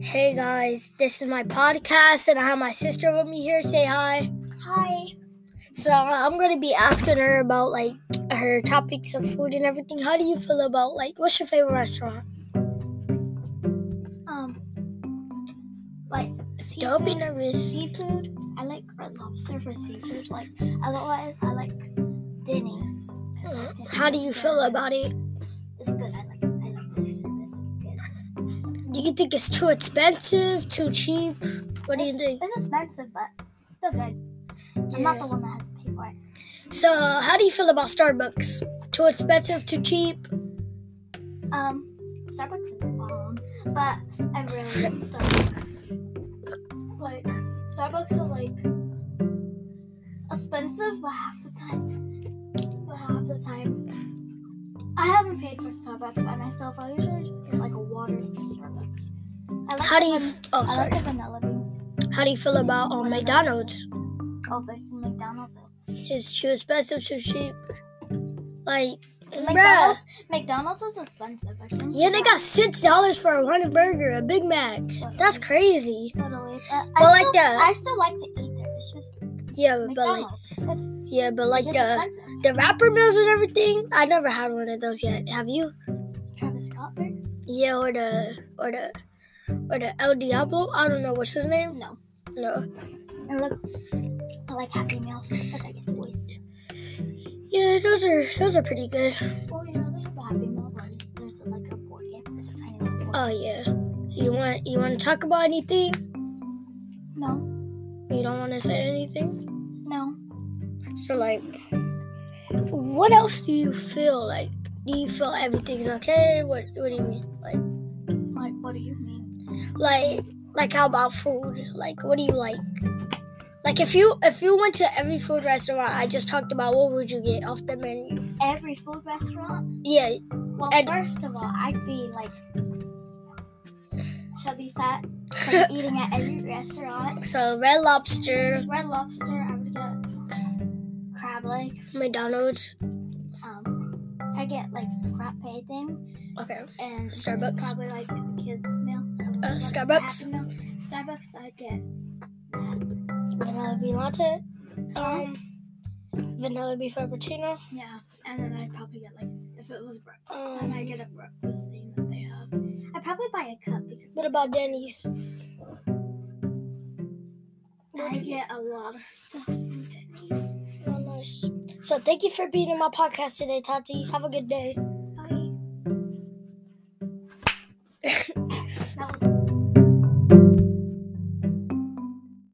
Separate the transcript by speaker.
Speaker 1: Hey guys, this is my podcast, and I have my sister with me here. Say hi.
Speaker 2: Hi.
Speaker 1: So I'm gonna be asking her about like her topics of food and everything. How do you feel about like what's your favorite restaurant?
Speaker 2: Um, like seafood.
Speaker 1: Don't be nervous.
Speaker 2: Seafood. I like red lobster for seafood. Like otherwise, I like Denny's. 'cause I like Denny's.
Speaker 1: How do you
Speaker 2: It's
Speaker 1: feel
Speaker 2: good.
Speaker 1: about it?
Speaker 2: It's good. I like. I like this. This is good.
Speaker 1: Do you think it's too expensive, too cheap? What do you
Speaker 2: It's-
Speaker 1: think?
Speaker 2: It's expensive, but still good. I'm not the one that has to pay for it.
Speaker 1: So how do you feel about Starbucks? Too expensive, too cheap?
Speaker 2: Um, Starbucks is bomb, but I really like Starbucks. Like Starbucks is like expensive, but half the time, but half the time, I haven't paid for Starbucks by myself. I usually just get like a water from Starbucks. I like
Speaker 1: How do
Speaker 2: the
Speaker 1: you?
Speaker 2: van-
Speaker 1: F- oh,
Speaker 2: I like
Speaker 1: sorry.
Speaker 2: the vanilla bean.
Speaker 1: How do you feel about um, McDonald's?
Speaker 2: Oh, but from McDonald's.
Speaker 1: Is too expensive, too cheap? Like, bruh.
Speaker 2: McDonald's. McDonald's is expensive. I think.
Speaker 1: Yeah, they got six dollars for one burger, a Big Mac. That's crazy.
Speaker 2: Totally. But I
Speaker 1: Well, like
Speaker 2: still,
Speaker 1: the-
Speaker 2: I still like to eat there. It's just
Speaker 1: Yeah, but like,
Speaker 2: McDonald's. It's good.
Speaker 1: yeah, but like
Speaker 2: It's
Speaker 1: the
Speaker 2: expensive.
Speaker 1: the wrapper meals and everything. I never had one of those yet. Have you?
Speaker 2: Travis Scott burger?
Speaker 1: Yeah, or the or the or the El Diablo. I don't know what's his name.
Speaker 2: No.
Speaker 1: Oh, No.
Speaker 2: And look, I like Happy Meals because I get the voice.
Speaker 1: Yeah, those are those are pretty good.
Speaker 2: Oh, you know, like the Happy Meal one. There's like a board game. It's a tiny little board.
Speaker 1: Oh yeah. You want you want to talk about anything?
Speaker 2: no,
Speaker 1: You don't want to say anything.
Speaker 2: no.
Speaker 1: So like, what else do you feel like? Do you feel everything's okay? What What do you mean? Like.
Speaker 2: Like, what do you mean?
Speaker 1: like like how about food like what do you like like if you if you went to every food restaurant i just talked about what would you get off the menu
Speaker 2: Every food restaurant?
Speaker 1: yeah
Speaker 2: Well,
Speaker 1: Ed-
Speaker 2: first of all, I'd be like chubby fat, like eating at every restaurant.
Speaker 1: so red lobster
Speaker 2: Red Lobster, I would get crab legs.
Speaker 1: mcdonald's
Speaker 2: Um, I get like frappe thing.
Speaker 1: okay
Speaker 2: and
Speaker 1: Starbucks.
Speaker 2: Probably like kids meal.
Speaker 1: Uh,
Speaker 2: Like
Speaker 1: Starbucks.
Speaker 2: Happy Meal. Starbucks. I get
Speaker 1: vanilla bean latte um vanilla bean frappuccino
Speaker 2: yeah, and then I'd probably get like if it was breakfast, I might get a
Speaker 1: Um.
Speaker 2: breakfast thing that they have. I'd probably buy a cup because
Speaker 1: what about denny's
Speaker 2: I get a lot of stuff from Denny's.
Speaker 1: Oh, nice. so thank you for being in my podcast today tati have a good day